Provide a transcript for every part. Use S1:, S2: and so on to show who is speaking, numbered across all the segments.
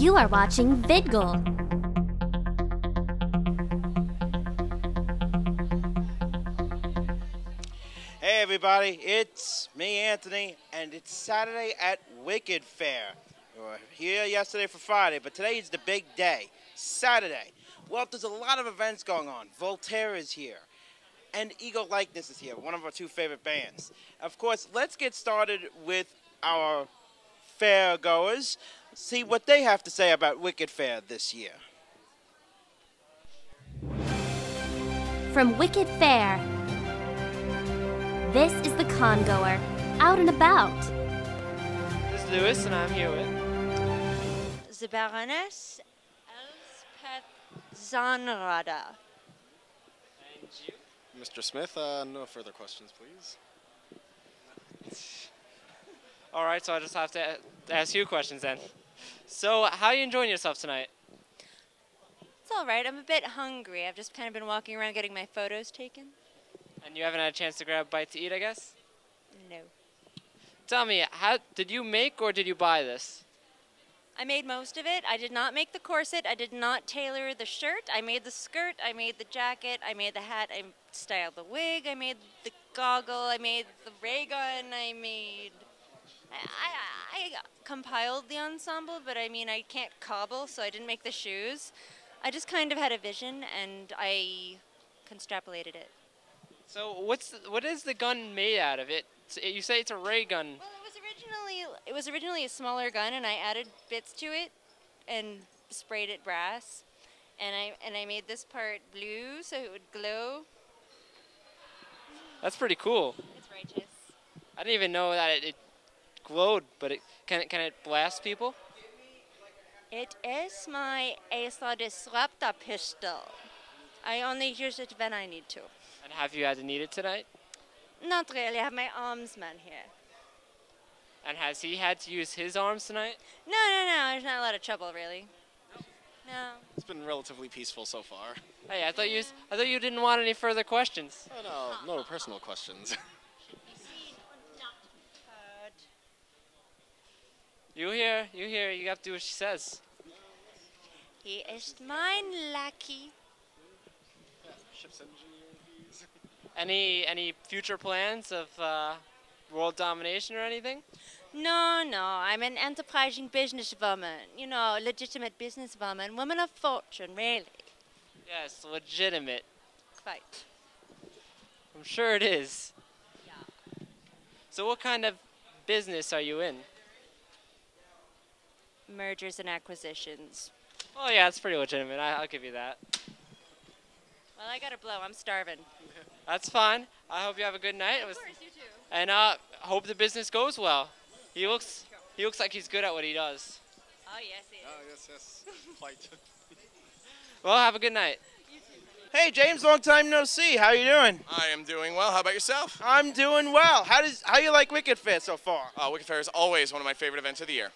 S1: You are watching VidGoal.
S2: Hey, everybody, it's me, Anthony, and it's Saturday at Wicked Fair. We were here yesterday for Friday, but today is the big day, Saturday. Well, there's a lot of events going on. Voltaire is here, and Eagle Likeness is here, one of our two favorite bands. Of course, let's get started with our fair goers, see what they have to say about Wicked Fair this year.
S1: From Wicked Fair. This is the congoer, out and about.
S3: This is Lewis, and I'm here with.
S4: the Baroness Elspeth Zonrada.
S5: Mr. Smith, uh, no further questions, please.
S3: All right, so I just have to a- ask you questions then. So, how are you enjoying yourself tonight?
S4: It's all right. I'm a bit hungry. I've just kind of been walking around getting my photos taken.
S3: And you haven't had a chance to grab a bite to eat, I guess.
S4: No.
S3: Tell me, how did you make or did you buy this?
S4: I made most of it. I did not make the corset. I did not tailor the shirt. I made the skirt. I made the jacket. I made the hat. I styled the wig. I made the goggle. I made the ray gun. I made. I, I, I compiled the ensemble, but I mean, I can't cobble, so I didn't make the shoes. I just kind of had a vision and I extrapolated it.
S3: So, what's the, what is the gun made out of? It you say it's a ray gun.
S4: Well, it was originally it was originally a smaller gun, and I added bits to it and sprayed it brass, and I and I made this part blue so it would glow.
S3: That's pretty cool.
S4: It's righteous.
S3: I didn't even know that it, it glowed, but it can it, can it blast people?
S4: It is my Aesar Disruptor pistol. I only use it when I need to.
S3: And have you had to need it tonight?
S4: Not really. I have my arms man here.
S3: And has he had to use his arms tonight?
S4: No, no, no. There's not a lot of trouble really. No.
S5: It's been relatively peaceful so far.
S3: Hey, I thought you s- I thought you didn't want any further questions.
S5: Oh, no, no personal questions.
S3: You hear, you hear, you have to do what she says.
S4: He is mine, lackey.
S3: Any any future plans of uh, world domination or anything?
S4: No, no, I'm an enterprising businesswoman. You know, legitimate businesswoman, woman of fortune, really.
S3: Yes, legitimate.
S4: Quite.
S3: I'm sure it is. So what kind of business are you in?
S4: Mergers and acquisitions.
S3: Oh yeah, it's pretty legitimate. I, I'll give you that.
S4: Well, I gotta blow. I'm starving.
S3: That's fine. I hope you have a good night. It was-
S4: you too.
S3: and uh, hope the business goes well. He looks he looks like he's good at what he does.
S4: Oh yes, it is.
S5: yes, yes. Quite.
S3: Well, have a good night.
S2: Hey, James, long time no see. How you doing?
S6: I am doing well. How about yourself?
S2: I'm doing well. How does how you like Wicked Fair so far?
S6: Uh, Wicked Fair is always one of my favorite events of the year.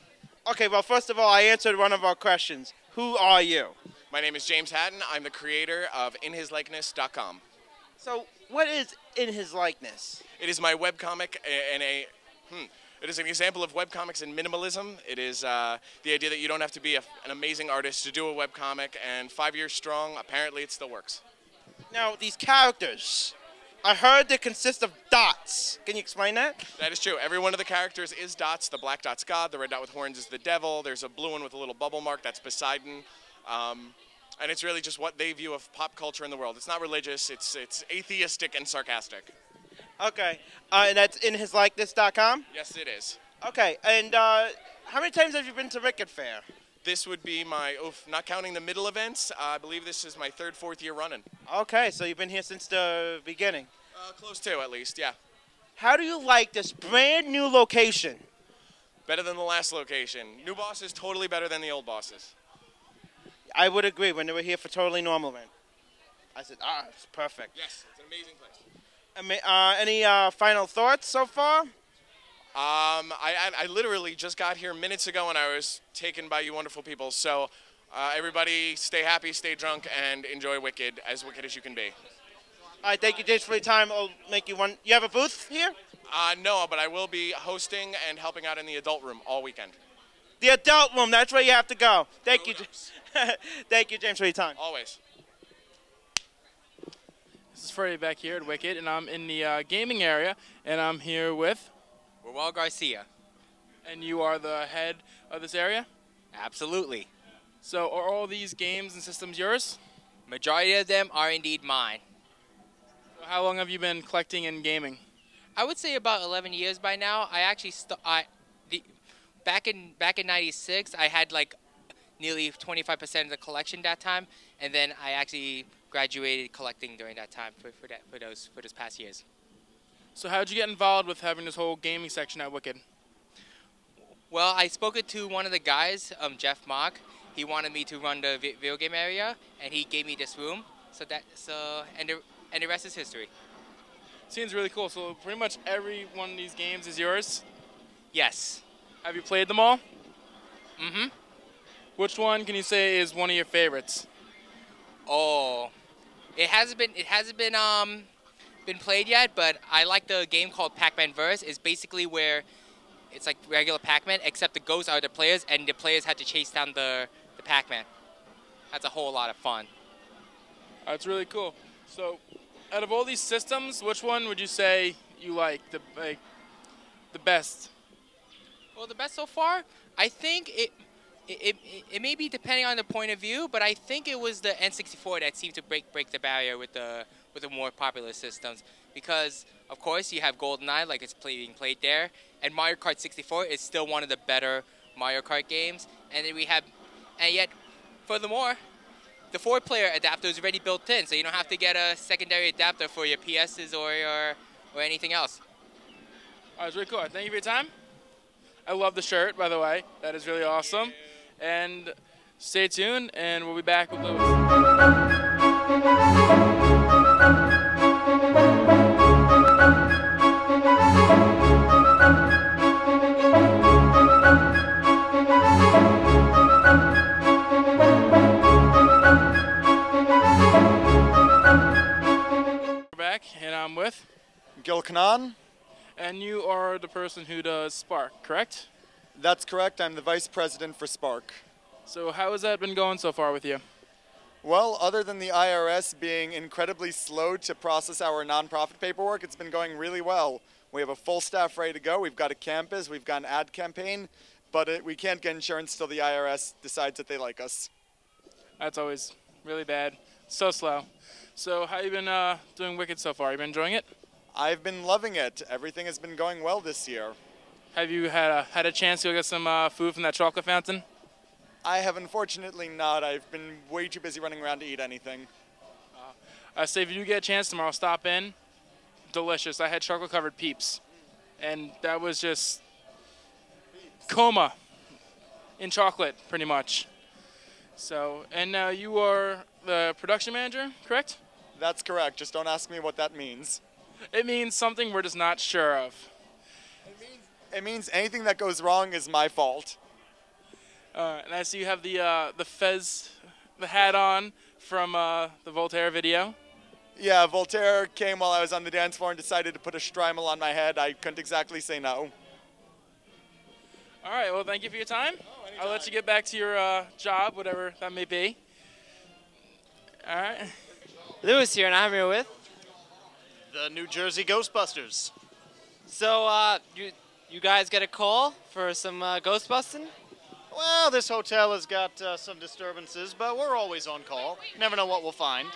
S2: Okay, well, first of all, I answered one of our questions. Who are you?
S6: My name is James Hatton. I'm the creator of InHisLikeness.com.
S2: So, what is in his likeness?
S6: It is my webcomic a- and a. Hmm, it is an example of webcomics and minimalism. It is uh, the idea that you don't have to be a, an amazing artist to do a webcomic, and five years strong, apparently it still works.
S2: Now, these characters, I heard they consist of dots. Can you explain that?
S6: That is true. Every one of the characters is dots. The black dot's God. The red dot with horns is the devil. There's a blue one with a little bubble mark. That's Poseidon. Um, and it's really just what they view of pop culture in the world. It's not religious. It's it's atheistic and sarcastic.
S2: Okay, uh, and that's in his likeness.com.
S6: Yes, it is.
S2: Okay, and uh, how many times have you been to Wicked Fair?
S6: This would be my oof, not counting the middle events. Uh, I believe this is my third, fourth year running.
S2: Okay, so you've been here since the beginning.
S6: Uh, close to at least, yeah.
S2: How do you like this brand new location?
S6: Better than the last location. New boss is totally better than the old bosses.
S2: I would agree when they were here for Totally Normal Man. I said, ah, it's perfect.
S6: Yes, it's an amazing place.
S2: Ama- Uh, any uh, final thoughts so far?
S6: Um, I, I, I literally just got here minutes ago and I was taken by you wonderful people. So, uh, everybody, stay happy, stay drunk, and enjoy Wicked as wicked as you can be.
S2: All right, thank you, James, for your time. I'll make you one. You have a booth here?
S6: Uh, no, but I will be hosting and helping out in the adult room all weekend.
S2: The adult room. That's where you have to go. Thank you. Ja- Thank you, James, for your time.
S6: Always.
S7: This is Freddie back here at Wicked, and I'm in the uh, gaming area, and I'm here with,
S8: Ruel Garcia.
S7: and you are the head of this area.
S8: Absolutely.
S7: So, are all these games and systems yours?
S8: Majority of them are indeed mine.
S7: So how long have you been collecting and gaming?
S8: I would say about 11 years by now. I actually st- I the back in back in 96, I had like nearly 25% of the collection that time and then I actually graduated collecting during that time for, for that for those for those past years.
S7: So, how did you get involved with having this whole gaming section at Wicked?
S8: Well, I spoke to one of the guys, um, Jeff Mock. He wanted me to run the vi- video game area, and he gave me this room. So that so and the, and the rest is history.
S7: Seems really cool. So, pretty much every one of these games is yours.
S8: Yes.
S7: Have you played them all? Mm-hmm. Which one can you say is one of your favorites?
S8: Oh, it hasn't been it hasn't been um been played yet, but I like the game called Pac-Man Verse. It's basically where it's like regular Pac-Man, except the ghosts are the players, and the players had to chase down the the Pac-Man. That's a whole lot of fun.
S7: That's really cool. So, out of all these systems, which one would you say you like the like the best?
S8: Well, the best so far, I think it. It, it, it may be depending on the point of view, but I think it was the N64 that seemed to break break the barrier with the with the more popular systems because of course you have GoldenEye like it's play, being played there, and Mario Kart 64 is still one of the better Mario Kart games, and then we have, and yet, furthermore, the four-player adapter is already built in, so you don't have to get a secondary adapter for your PSs or your or anything else.
S7: All right, it's really cool. Thank you for your time. I love the shirt, by the way. That is really awesome. And stay tuned, and we'll be back with Lewis. We're back, and I'm with
S9: Gil Kanan.
S7: and you are the person who does Spark, correct?
S9: That's correct. I'm the vice president for Spark.
S7: So how has that been going so far with you?
S9: Well, other than the IRS being incredibly slow to process our nonprofit paperwork, it's been going really well. We have a full staff ready to go. We've got a campus. We've got an ad campaign, but it, we can't get insurance till the IRS decides that they like us.
S7: That's always really bad, so slow. So how you been uh, doing Wicked so far? You been enjoying it?
S9: I've been loving it. Everything has been going well this year.
S7: Have you had a, had a chance to go get some uh, food from that chocolate fountain?
S9: I have unfortunately not. I've been way too busy running around to eat anything.
S7: I say if you get a chance tomorrow, stop in. Delicious. I had chocolate covered peeps, and that was just coma in chocolate, pretty much. So and now you are the production manager, correct?
S9: That's correct. Just don't ask me what that means.
S7: It means something we're just not sure of.
S9: It means anything that goes wrong is my fault.
S7: Uh, and I see you have the uh, the fez, the hat on from uh, the Voltaire video.
S9: Yeah, Voltaire came while I was on the dance floor and decided to put a Strymel on my head. I couldn't exactly say no.
S7: All right. Well, thank you for your time. I'll let you get back to your uh, job, whatever that may be. All right.
S3: Lewis here, and I'm here with.
S10: The New Jersey Ghostbusters.
S3: So uh, you you guys get a call for some uh, ghost busting?
S10: Well, this hotel has got uh, some disturbances, but we're always on call. Never know what we'll find.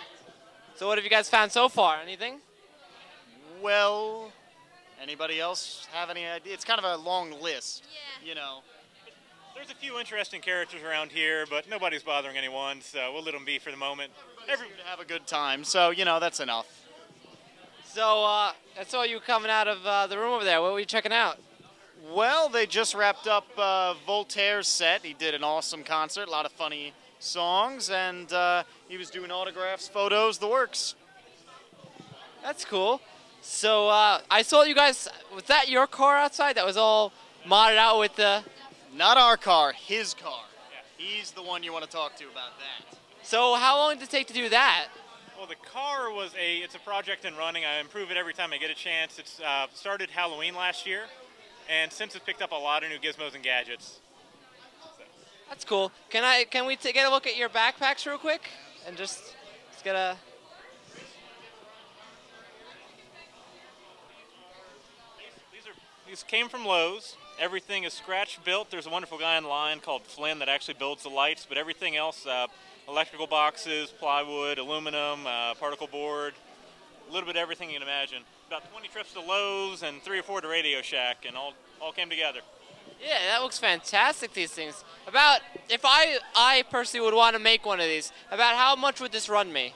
S3: So what have you guys found so far? Anything?
S10: Well, anybody else have any idea? It's kind of a long list. Yeah. You know.
S11: There's a few interesting characters around here, but nobody's bothering anyone, so we'll let them be for the moment.
S10: Every to have a good time, so you know that's enough.
S3: So uh, I saw you coming out of uh, the room over there. What were you checking out?
S10: Well, they just wrapped up uh, Voltaire's set. He did an awesome concert, a lot of funny songs, and uh, he was doing autographs, photos, the works.
S3: That's cool. So uh, I saw you guys. Was that your car outside? That was all modded out with the.
S10: Not our car, his car. He's the one you want to talk to about that.
S3: So how long did it take to do that?
S11: Well, the car was a, it's a project in running. I improve it every time I get a chance. It's uh, started Halloween last year, and since it's picked up a lot of new gizmos and gadgets.
S3: That's cool. Can I? Can we t- get a look at your backpacks real quick and just let's get a.
S11: These came from Lowe's. Everything is scratch built. There's a wonderful guy in line called Flynn that actually builds the lights, but everything else uh, electrical boxes, plywood, aluminum, uh, particle board, a little bit of everything you can imagine. About 20 trips to Lowe's and three or four to Radio Shack, and all, all came together.
S3: Yeah, that looks fantastic. These things. About if I I personally would want to make one of these. About how much would this run me?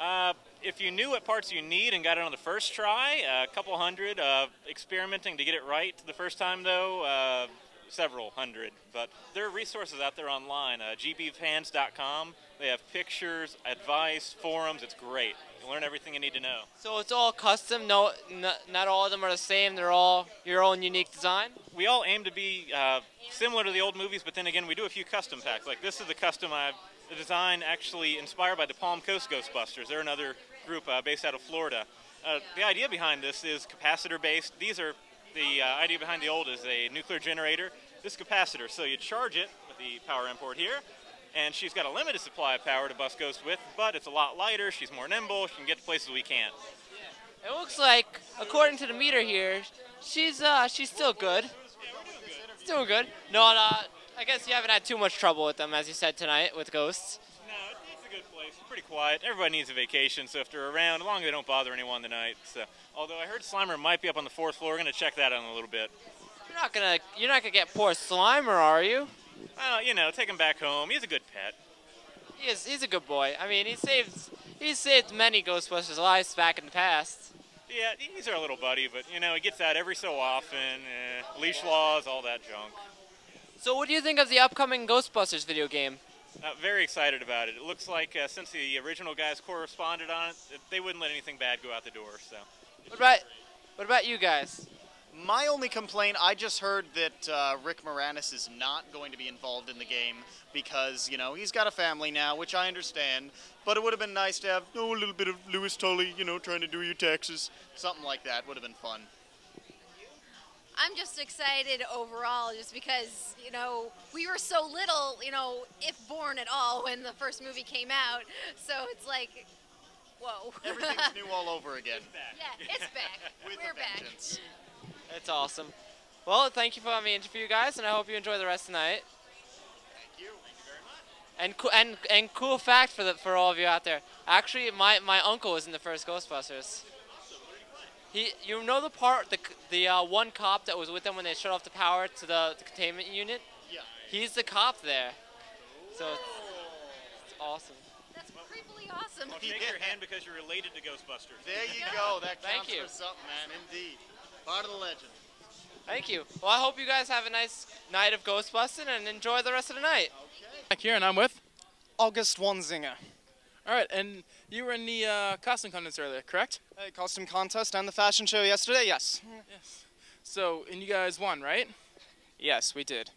S11: Uh, if you knew what parts you need and got it on the first try, a couple hundred. Uh, experimenting to get it right the first time, though, uh, several hundred. But there are resources out there online. Uh, gbfans.com. They have pictures, advice, forums. It's great. You learn everything you need to know.
S3: So it's all custom. No, n- not all of them are the same. They're all your own unique design.
S11: We all aim to be uh, similar to the old movies, but then again, we do a few custom packs. Like this is the custom I've the design actually inspired by the Palm Coast Ghostbusters. They're another group uh, based out of Florida. Uh, the idea behind this is capacitor based. These are the uh, idea behind the old is a nuclear generator. This capacitor, so you charge it with the power import here, and she's got a limited supply of power to bust ghosts with, but it's a lot lighter. She's more nimble. She can get to places we can't.
S3: It looks like, according to the meter here, she's uh she's still good. It's doing good. No, no, I guess you haven't had too much trouble with them, as you said tonight, with ghosts.
S11: It's a good place. It's pretty quiet. Everybody needs a vacation, so if they're around, as long as they don't bother anyone tonight. So, although I heard Slimer might be up on the fourth floor, we're gonna check that out in a little bit.
S3: You're not gonna you're not gonna get poor Slimer, are you?
S11: Well, you know, take him back home. He's a good pet.
S3: He is, he's a good boy. I mean, he saved he saved many Ghostbusters lives back in the past.
S11: Yeah, he's our little buddy, but you know, he gets out every so often. Eh, leash laws, all that junk.
S3: So, what do you think of the upcoming Ghostbusters video game?
S11: Uh, very excited about it. It looks like uh, since the original guys corresponded on it, uh, they wouldn't let anything bad go out the door. So.
S3: What about what about you guys?
S10: My only complaint, I just heard that uh, Rick Moranis is not going to be involved in the game because, you know, he's got a family now, which I understand, but it would have been nice to have oh, a little bit of Lewis Tully, you know, trying to do your taxes. Something like that would have been fun.
S12: I'm just excited overall, just because you know we were so little, you know, if born at all, when the first movie came out. So it's like, whoa.
S10: Everything's new all over again.
S12: Yeah, it's back. we're back.
S3: That's awesome. Well, thank you for having me interview, you guys, and I hope you enjoy the rest of the night. Thank you. Thank you very much. And coo- and and cool fact for the for all of you out there. Actually, my my uncle was in the first Ghostbusters. He, you know the part, the c- the uh, one cop that was with them when they shut off the power to the, the containment unit.
S10: Yeah.
S3: He's the cop there. So it's, it's awesome.
S12: That's creepily awesome.
S11: I'll shake your hand because you're related to Ghostbusters.
S10: There you go. That
S3: Thank
S10: counts
S3: you.
S10: for something, man. Indeed. Part of the legend.
S3: Thank you. Well, I hope you guys have a nice night of Ghostbusting and enjoy the rest of the night.
S7: Back here, and I'm with.
S13: August Wanzinger.
S7: All right, and you were in the uh, costume contest earlier, correct?
S13: A costume contest and the fashion show yesterday, yes.
S7: Yes. So, and you guys won, right?
S13: Yes, we did.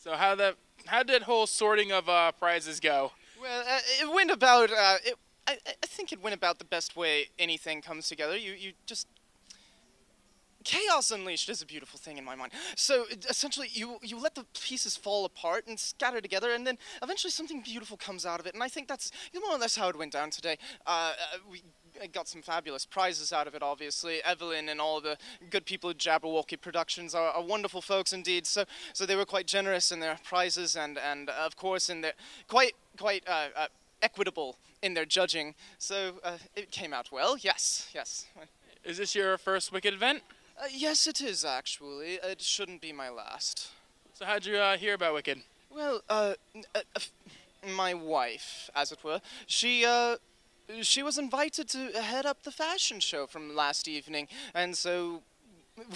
S7: So how that how did whole sorting of uh, prizes go?
S13: Well, uh, it went about. Uh, it, I, I I think it went about the best way anything comes together. You you just chaos unleashed is a beautiful thing in my mind. So it- essentially, you you let the pieces fall apart and scatter together, and then eventually something beautiful comes out of it. And I think that's more or less how it went down today. Uh, uh, we. got some fabulous prizes out of it, obviously. Evelyn and all the good people at Jabberwocky Productions are, are wonderful folks indeed. So, so they were quite generous in their prizes, and and uh, of course in their quite quite uh, uh, equitable in their judging. So uh, it came out well. Yes, yes.
S7: Is this your first Wicked event?
S13: Uh, yes, it is actually. It shouldn't be my last.
S7: So how'd you uh, hear about Wicked?
S13: Well, uh, n- uh, f- my wife, as it were, she uh, she was invited to head up the fashion show from last evening, and so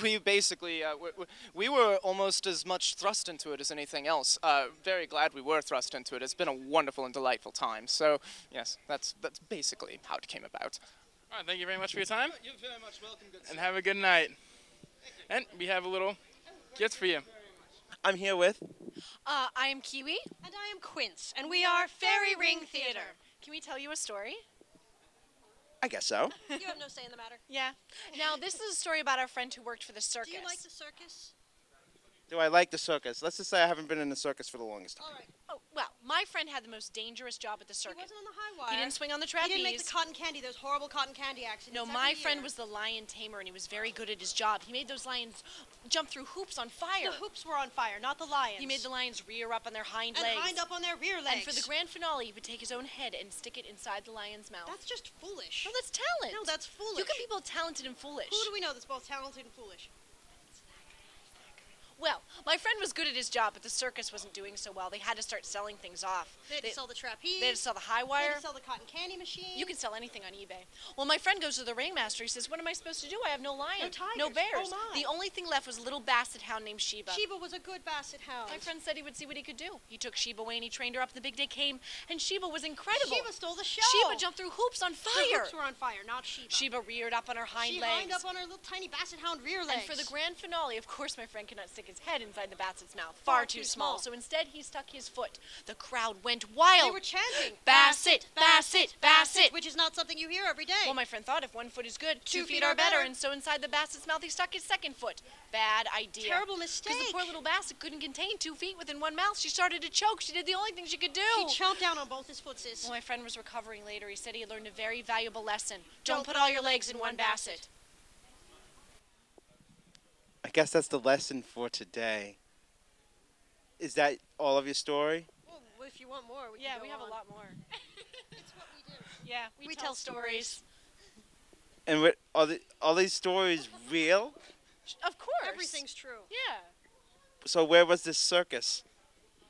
S13: we basically uh, we, we were almost as much thrust into it as anything else. Uh, very glad we were thrust into it. It's been a wonderful and delightful time. So yes, that's that's basically how it came about.
S7: All right, thank you very much for your time. You're very much welcome. and have a good night. And we have a little gift for you.
S2: I'm here with
S14: Uh, I am Kiwi. And I am Quince. And we are Fairy Ring Theater. Can we tell you a story?
S2: I guess so.
S14: you have no say in the matter. Yeah. Now, this is a story about our friend who worked for the circus. Do you like the circus?
S2: Do I like the circus? Let's just say I haven't been in the circus for the longest time.
S14: Oh, well, my friend had the most dangerous job at the circuit. He wasn't on the high
S15: wire.
S14: He didn't swing on the
S15: He
S14: trapeze.
S15: didn't make the
S14: cotton candy, those horrible cotton candy accidents. No,
S15: every
S14: my
S15: year.
S14: friend was the lion tamer, and he was very good at his job. He made those lions jump through hoops on fire.
S15: The hoops were on fire, not the lions.
S14: He made the lions rear up on their hind
S15: And
S14: legs.
S15: hind up on their rear
S14: And for
S15: legs.
S14: the grand finale, he would take his own head and stick it inside the lion's mouth. That's just foolish. No, that's talent. No, that's foolish. You can be both talented and foolish.
S15: Who do we know that's both talented and foolish?
S14: Well, my friend was good at his job, but the circus wasn't doing so well. They had to start selling things off.
S15: They had to sell the trapeze.
S14: They had to sell the high
S15: They had
S14: wire.
S15: to sell the cotton candy machine.
S14: You can sell anything on eBay. Well, my friend goes to the ringmaster. He says, "What am I supposed to do? I have no lion,
S15: No tigers.
S14: no bears.
S15: Oh, my.
S14: The only thing left was a little basset hound named Sheba."
S15: Sheba was a good basset hound.
S14: My friend said he would see what he could do. He took Sheba away and he trained her up. The big day came, and Sheba was incredible.
S15: Sheba stole the show.
S14: Sheba jumped through hoops on
S15: Her
S14: fire.
S15: hoops were on fire, not Sheba.
S14: Sheba reared up on her hind
S15: she
S14: legs.
S15: lined up on her little tiny basset hound rear
S14: And
S15: legs.
S14: for the grand finale, of course, my friend could not stick his head inside the basset's mouth. Far, too, small. So instead, he stuck his foot. The crowd went wild.
S15: They were chanting,
S14: Basset, Basset, Basset.
S15: Which is not something you hear every day.
S14: Well, my friend thought if one foot is good, two, feet, are better. And so inside the basset's mouth, he stuck his second foot. Bad idea.
S15: Terrible
S14: Because the poor little basset couldn't contain two feet within one mouth. She started to choke. She did the only thing she could do.
S15: She choked down on both his footses.
S14: Well, my friend was recovering later. He said he learned a very valuable lesson. Don't, put all your legs in one basset.
S2: I guess that's the lesson for today. Is that all of your story?
S15: Well, if you want more, we
S14: Yeah,
S15: can go
S14: we have a
S15: on.
S14: lot more.
S15: it's what we do.
S14: Yeah, we, tell, stories.
S2: And what, are, the, are these stories real?
S14: Of course.
S15: Everything's true.
S14: Yeah.
S2: So where was this circus?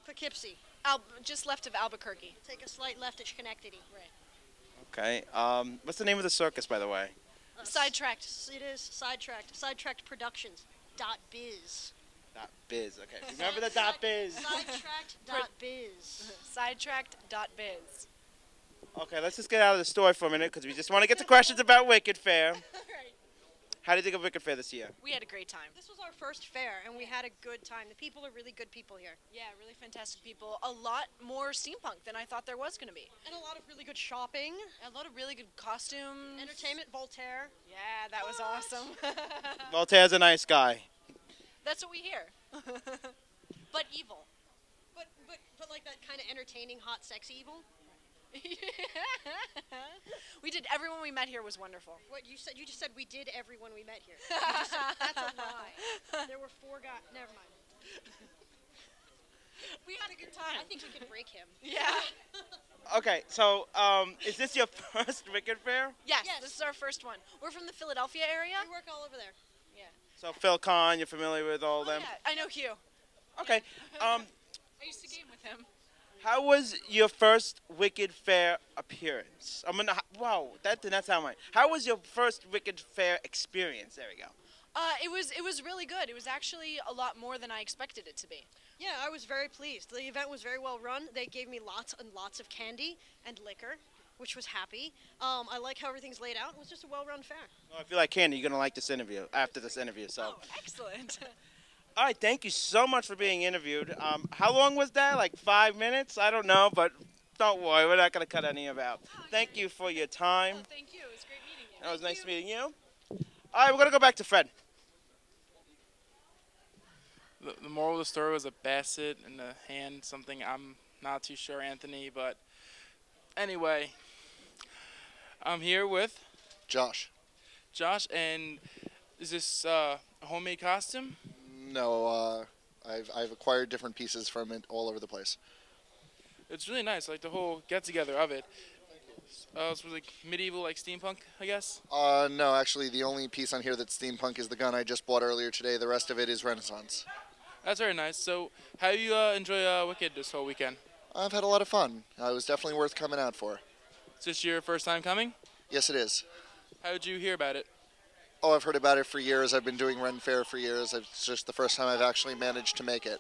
S15: Poughkeepsie.
S14: Al- just left of Albuquerque.
S15: Take a slight left at Schenectady.
S14: Right.
S2: Okay. Um, what's the name of the circus, by the way?
S14: sidetracked.
S15: Uh, It is sidetracked. Sidetracked Productions. Dot biz.
S2: Dot biz. Okay. Remember the dot biz.
S15: Sidetracked. dot biz.
S14: Sidetracked. Dot biz.
S2: Okay, let's just get out of the story for a minute because we just want to get to questions about Wicked Fair. How do you think of Wicked Fair this year?
S14: We had a great time.
S15: This was our first fair, and we had a good time. The people are really good people here.
S14: Yeah, really fantastic people. A lot more steampunk than I thought there was going to be.
S15: And a lot of really good shopping.
S14: A lot of really good costumes.
S15: Entertainment, Voltaire.
S14: Yeah, that was awesome.
S2: Voltaire's a nice guy.
S14: That's what we hear. but evil.
S15: But, but, but like that kind of entertaining, hot, sex evil.
S14: we did. Everyone we met here was wonderful.
S15: What you said? You just said we did everyone we met here. You just said- that's a lie. There were four guys. Never mind.
S14: We had a good time.
S15: I think we can break him.
S14: Yeah.
S2: Okay, so um, is this your first Wicked Fair?
S14: Yes, This is our first one. We're from the Philadelphia area. We
S15: work all over there.
S14: Yeah.
S2: So Phil Kahn, you're familiar with all them.
S14: I know Hugh.
S2: Okay.
S14: I
S2: Um,
S14: used to game with him.
S2: how was your first Wicked Fair appearance? I mean, h- wow, that did not sound right. How was your first Wicked Fair experience? There we go.
S14: Uh, it was it was really good. It was actually a lot more than I expected it to be.
S15: Yeah, I was very pleased. The event was very well run. They gave me lots and lots of candy and liquor, which was happy. Um, I like how everything's laid out. It was just a well-run fair.
S2: Well, if you like candy, you're gonna like this interview after this interview. So,
S15: Oh.
S14: Excellent.
S2: all right, thank you so much for being interviewed. Um, how long was that? Like five minutes? I don't know, but don't worry, we're not gonna cut any of out. Thank you for your time.
S14: Thank you. It was great meeting you.
S2: That was nice meeting you. All right, we're gonna go back to Fred.
S7: The, the moral of the story was a basset in the hand, something I'm not too sure, Anthony, but anyway, I'm here with
S16: Josh.
S7: Josh, and is this uh, a homemade costume?
S16: No, uh, I've I've acquired different pieces from it all over the place.
S7: It's really nice, like the whole get together of it. Uh, it's really medieval, like steampunk, I guess.
S16: Uh, no, actually, the only piece on here that's steampunk is the gun I just bought earlier today. The rest of it is Renaissance.
S7: That's very nice. So, how you uh, enjoy uh, Wicked this whole weekend?
S16: I've had a lot of fun. Uh, it was definitely worth coming out for.
S7: Is this your first time coming?
S16: Yes, it is.
S7: How did you hear about it?
S16: Oh, I've heard about it for years. I've been doing Ren Fair for years. It's just the first time I've actually managed to make it.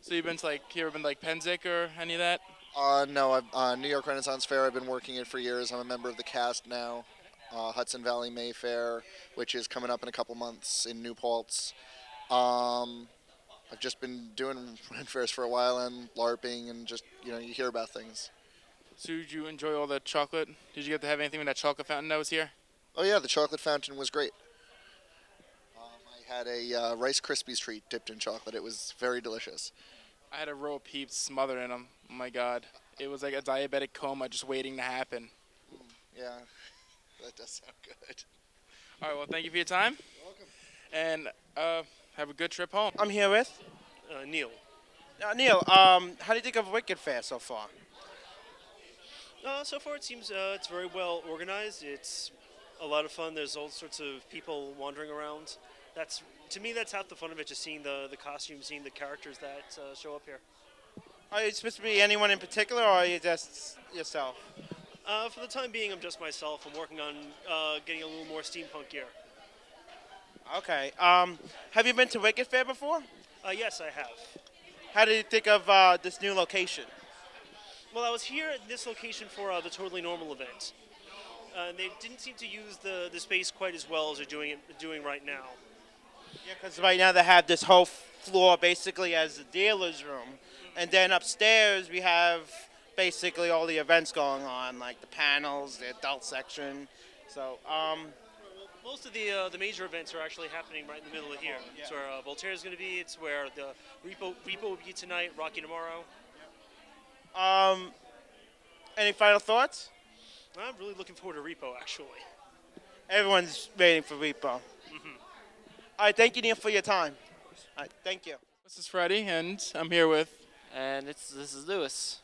S7: So you've been to like you ever been to, like Penzic or any of that?
S16: Uh, no, I've, uh, New York Renaissance Fair. I've been working it for years. I'm a member of the cast now. Uh, Hudson Valley May Fair, which is coming up in a couple months in New Paltz. Um, I've just been doing Ren Fairs for a while and LARPing and just you know you hear about things.
S7: So did you enjoy all the chocolate? Did you get to have anything with that chocolate fountain that was here?
S16: Oh yeah, the chocolate fountain was great. Um, I had a uh, Rice Krispies treat dipped in chocolate. It was very delicious.
S7: I had a row of peeps smothered in them. Oh my god, it was like a diabetic coma just waiting to happen.
S16: Yeah, that does sound good.
S7: All right, well, thank you for your time. welcome. And uh, have a good trip home.
S2: I'm here with uh, Neil. Uh, Neil, um, how do you think of Wicked Fair so far?
S17: Uh, so far, it seems uh, it's very well organized. It's a lot of fun. There's all sorts of people wandering around. That's to me, that's half the fun of it. Just seeing the the costumes, seeing the characters that uh, show up here.
S2: Are you supposed to be anyone in particular, or are you just yourself?
S17: Uh, for the time being, I'm just myself. I'm working on uh, getting a little more steampunk gear.
S2: Okay. Um, have you been to Wicked Fair before?
S17: Uh, yes, I have.
S2: How do you think of uh, this new location?
S17: Well, I was here at this location for uh, the Totally Normal event, uh, and they didn't seem to use the, the space quite as well as they're doing it doing right now.
S2: Yeah, because right now they have this whole floor basically as the dealer's room, and then upstairs we have basically all the events going on, like the panels, the adult section. So, um,
S17: Most of the uh, the major events are actually happening right in the middle of here. It's where uh, Voltaire's going to be. It's where the Repo Repo will be tonight. Rocky tomorrow.
S2: um, any final thoughts?
S17: I'm really looking forward to Repo actually.
S2: Everyone's waiting for Repo. All right, thank you, Neil, for your time. All right, thank you.
S7: This is Freddie, and I'm here with.
S3: And it's this is Lewis.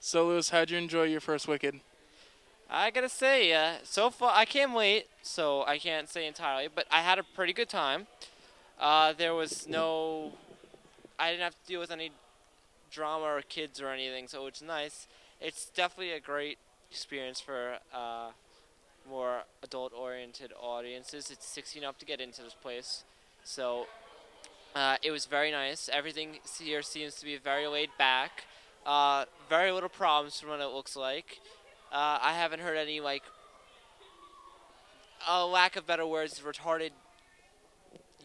S7: So, Lewis, how'd you enjoy your first Wicked?
S3: I gotta say, uh, so far I came late, so I can't say entirely, but I had a pretty good time. Uh, there was no, I didn't have to deal with any drama or kids or anything, so it's nice. It's definitely a great experience for uh, more adult-oriented audiences. It's 16 up to get into this place, so uh, it was very nice. Everything here seems to be very laid back. Uh, very little problems from what it looks like. Uh, I haven't heard any like, a lack of better words, retarded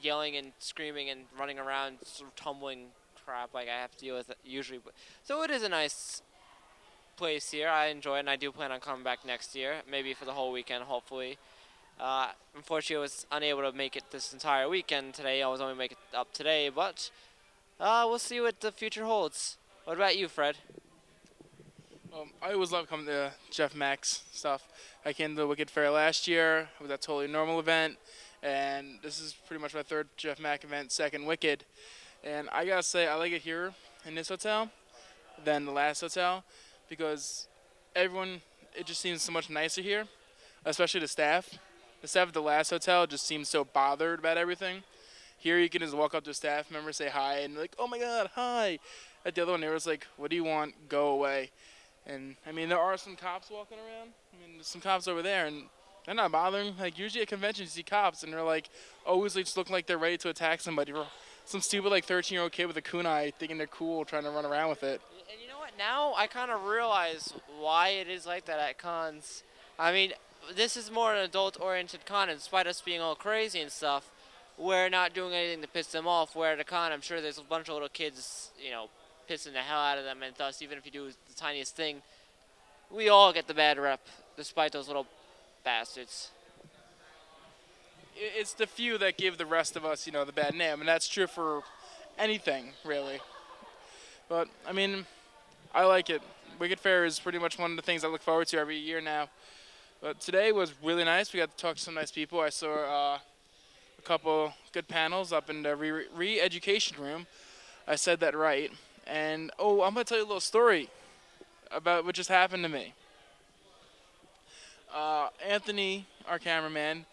S3: yelling and screaming and running around, sort of tumbling crap like I have to deal with usually. But so it is a nice place here. I enjoy it, and I do plan on coming back next year, maybe for the whole weekend, hopefully. Uh, unfortunately, I was unable to make it this entire weekend today. I was only making it up today, but uh, we'll see what the future holds. What about you, Fred?
S7: Um, I always love coming to Jeff Max stuff. I came to the Wicked Fair last year. It was a totally normal event, and this is pretty much my third Jeff Mack event, second Wicked. And I gotta say, I like it here in this hotel than the last hotel because everyone, it just seems so much nicer here, especially the staff. The staff at the last hotel just seems so bothered about everything. Here you can just walk up to a staff member, say hi, and they're like, oh my god, hi. At the other one, they was like, what do you want? Go away. And I mean, there are some cops walking around. I mean, there's some cops over there, and they're not bothering. Like usually at conventions, you see cops, and they're like always they just look like they're ready to attack somebody. Or some stupid like 13 year old kid with a kunai thinking they're cool, trying to run around with it.
S3: And you know what? Now I kind of realize why it is like that at cons. I mean, this is more an adult-oriented con, in spite of us being all crazy and stuff. We're not doing anything to piss them off. Where at a con, I'm sure there's a bunch of little kids, you know, pissing the hell out of them, and thus, even if you do the tiniest thing, we all get the bad rep, despite those little bastards.
S7: I- It's the few that give the rest of us, you know, the bad name, and that's true for anything really. But I mean, I like it. Wicked Fair is pretty much one of the things I look forward to every year now. But today was really nice. We got to talk to some nice people. I saw uh, a couple good panels up in the re- re-education room. I said that right. And oh, I'm gonna tell you a little story about what just happened to me. Uh, Anthony, our cameraman,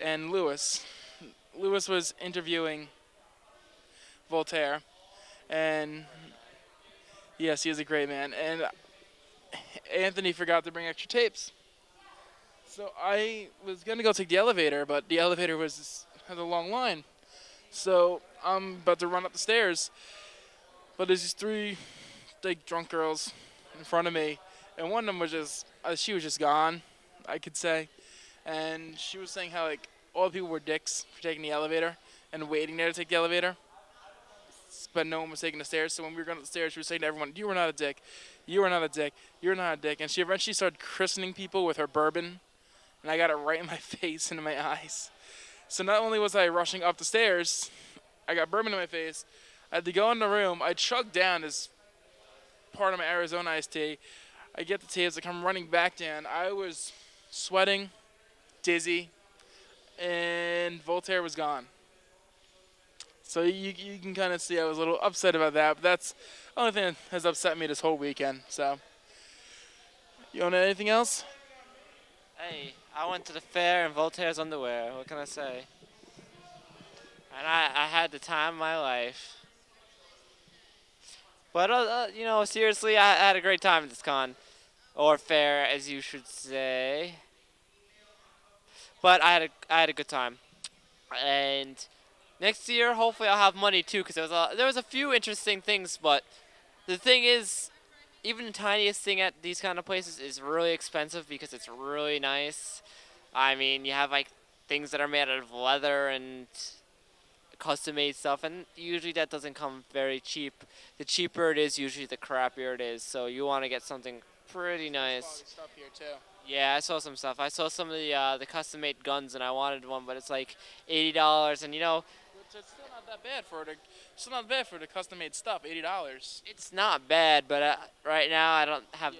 S7: and Lewis. Lewis was interviewing Voltaire, and yes, he is a great man. And Anthony forgot to bring extra tapes. So I was gonna go take the elevator, but the elevator was had a long line. So I'm about to run up the stairs, but there's these three big drunk girls in front of me, and one of them was just uh, she was just gone, I could say, and she was saying how like all the people were dicks for taking the elevator and waiting there to take the elevator, s- but no one was taking the stairs. So when we were going up the stairs, she was saying to everyone, "You were not a dick, you were not a dick, you're not a dick," and she eventually started christening people with her bourbon, and I got it right in my face and in my eyes. So not only was I rushing up the stairs, I got bourbon in my face. I had to go in the room. I chugged down as part of my Arizona iced tea. I get the tea as I come running back down. I was sweating, dizzy, and Voltaire was gone. So you, you can kind of see I was a little upset about that, but that's the only thing that has upset me this whole weekend. So, you want anything else?
S3: Hey, I went to the fair in Voltaire's underwear. What can I say? And I, I had the time of my life. But, uh, uh, you know, seriously, I, I had a great time at this con. Or fair, as you should say. But I had a, I had a good time. And next year, hopefully, I'll have money too, because there, was a- there was a few interesting things. But the thing is, even the tiniest thing at these kind of places is really expensive because it's really nice. I mean, you have like things that are made out of leather and custom made stuff, and usually that doesn't come very cheap. The cheaper it is, usually the crappier it is. So you want to get something pretty nice.
S7: Stuff here too.
S3: Yeah, I saw some stuff. I saw some of the uh, the custom made guns, and I wanted one, but it's like eighty dollars, and you know
S7: Which it's still not that bad for the still not bad for the custom made stuff. Eighty dollars.
S3: it's not bad. But uh, right now, I don't have.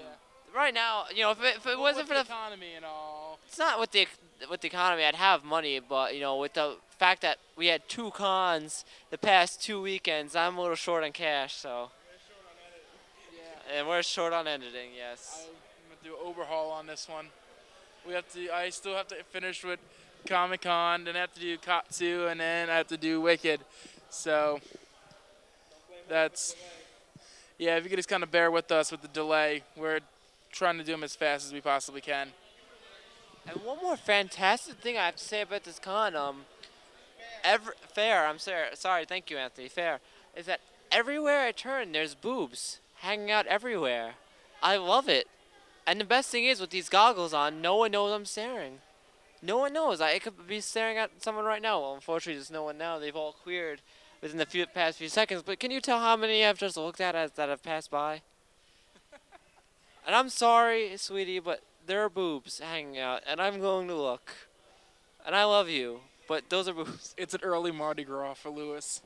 S3: Right now, you know, if it, if it wasn't for the
S7: economy and all.
S3: it's not with the ec- with the economy. I'd have money, but you know, with the fact that we had two cons the past two weekends, I'm a little short on cash. So. And we're short on editing. Yes.
S7: I'm gonna do an overhaul on this one. We have to. I still have to finish with Comic Con, then I have to do Katsu, and then I have to do Wicked. So that's yeah. If you could just kind of bear with us with the delay, we're trying to do them as fast as we possibly can.
S3: And one more fantastic thing I have to say about this con, um, ever fair. I'm sorry, sorry. Thank you, Anthony. Fair is that everywhere I turn, there's boobs hanging out everywhere. I love it. And the best thing is, with these goggles on, no one knows I'm staring. No one knows. I, I could be staring at someone right now. Well, unfortunately, there's no one now. They've all cleared within the few, past few seconds. But can you tell how many I've just looked at as, that have passed by? and I'm sorry, sweetie, but there are boobs hanging out, and I'm going to look. And I love you, but those are boobs.
S7: It's an early Mardi Gras for Lewis.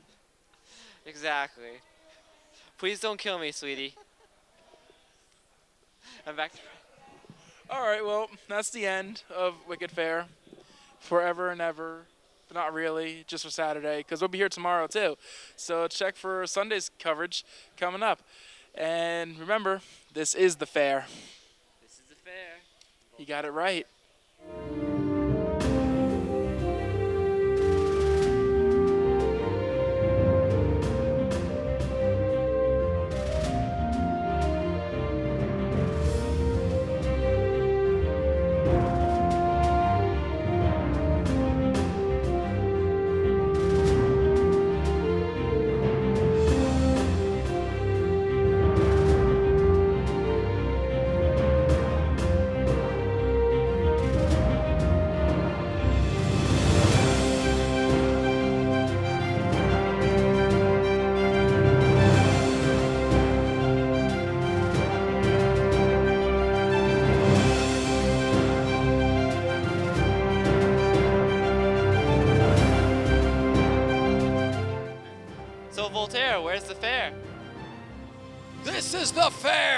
S3: Exactly. Please don't kill me, sweetie. I'm back to
S7: All right, well, that's the end of Wicked Fair. Forever and ever. But not really, just for Saturday, because we'll be here tomorrow, too. So check for Sunday's coverage coming up. And remember, this is the fair.
S3: the fair.
S7: You got it right.
S3: So Voltaire, where's the fair?
S18: This is the fair.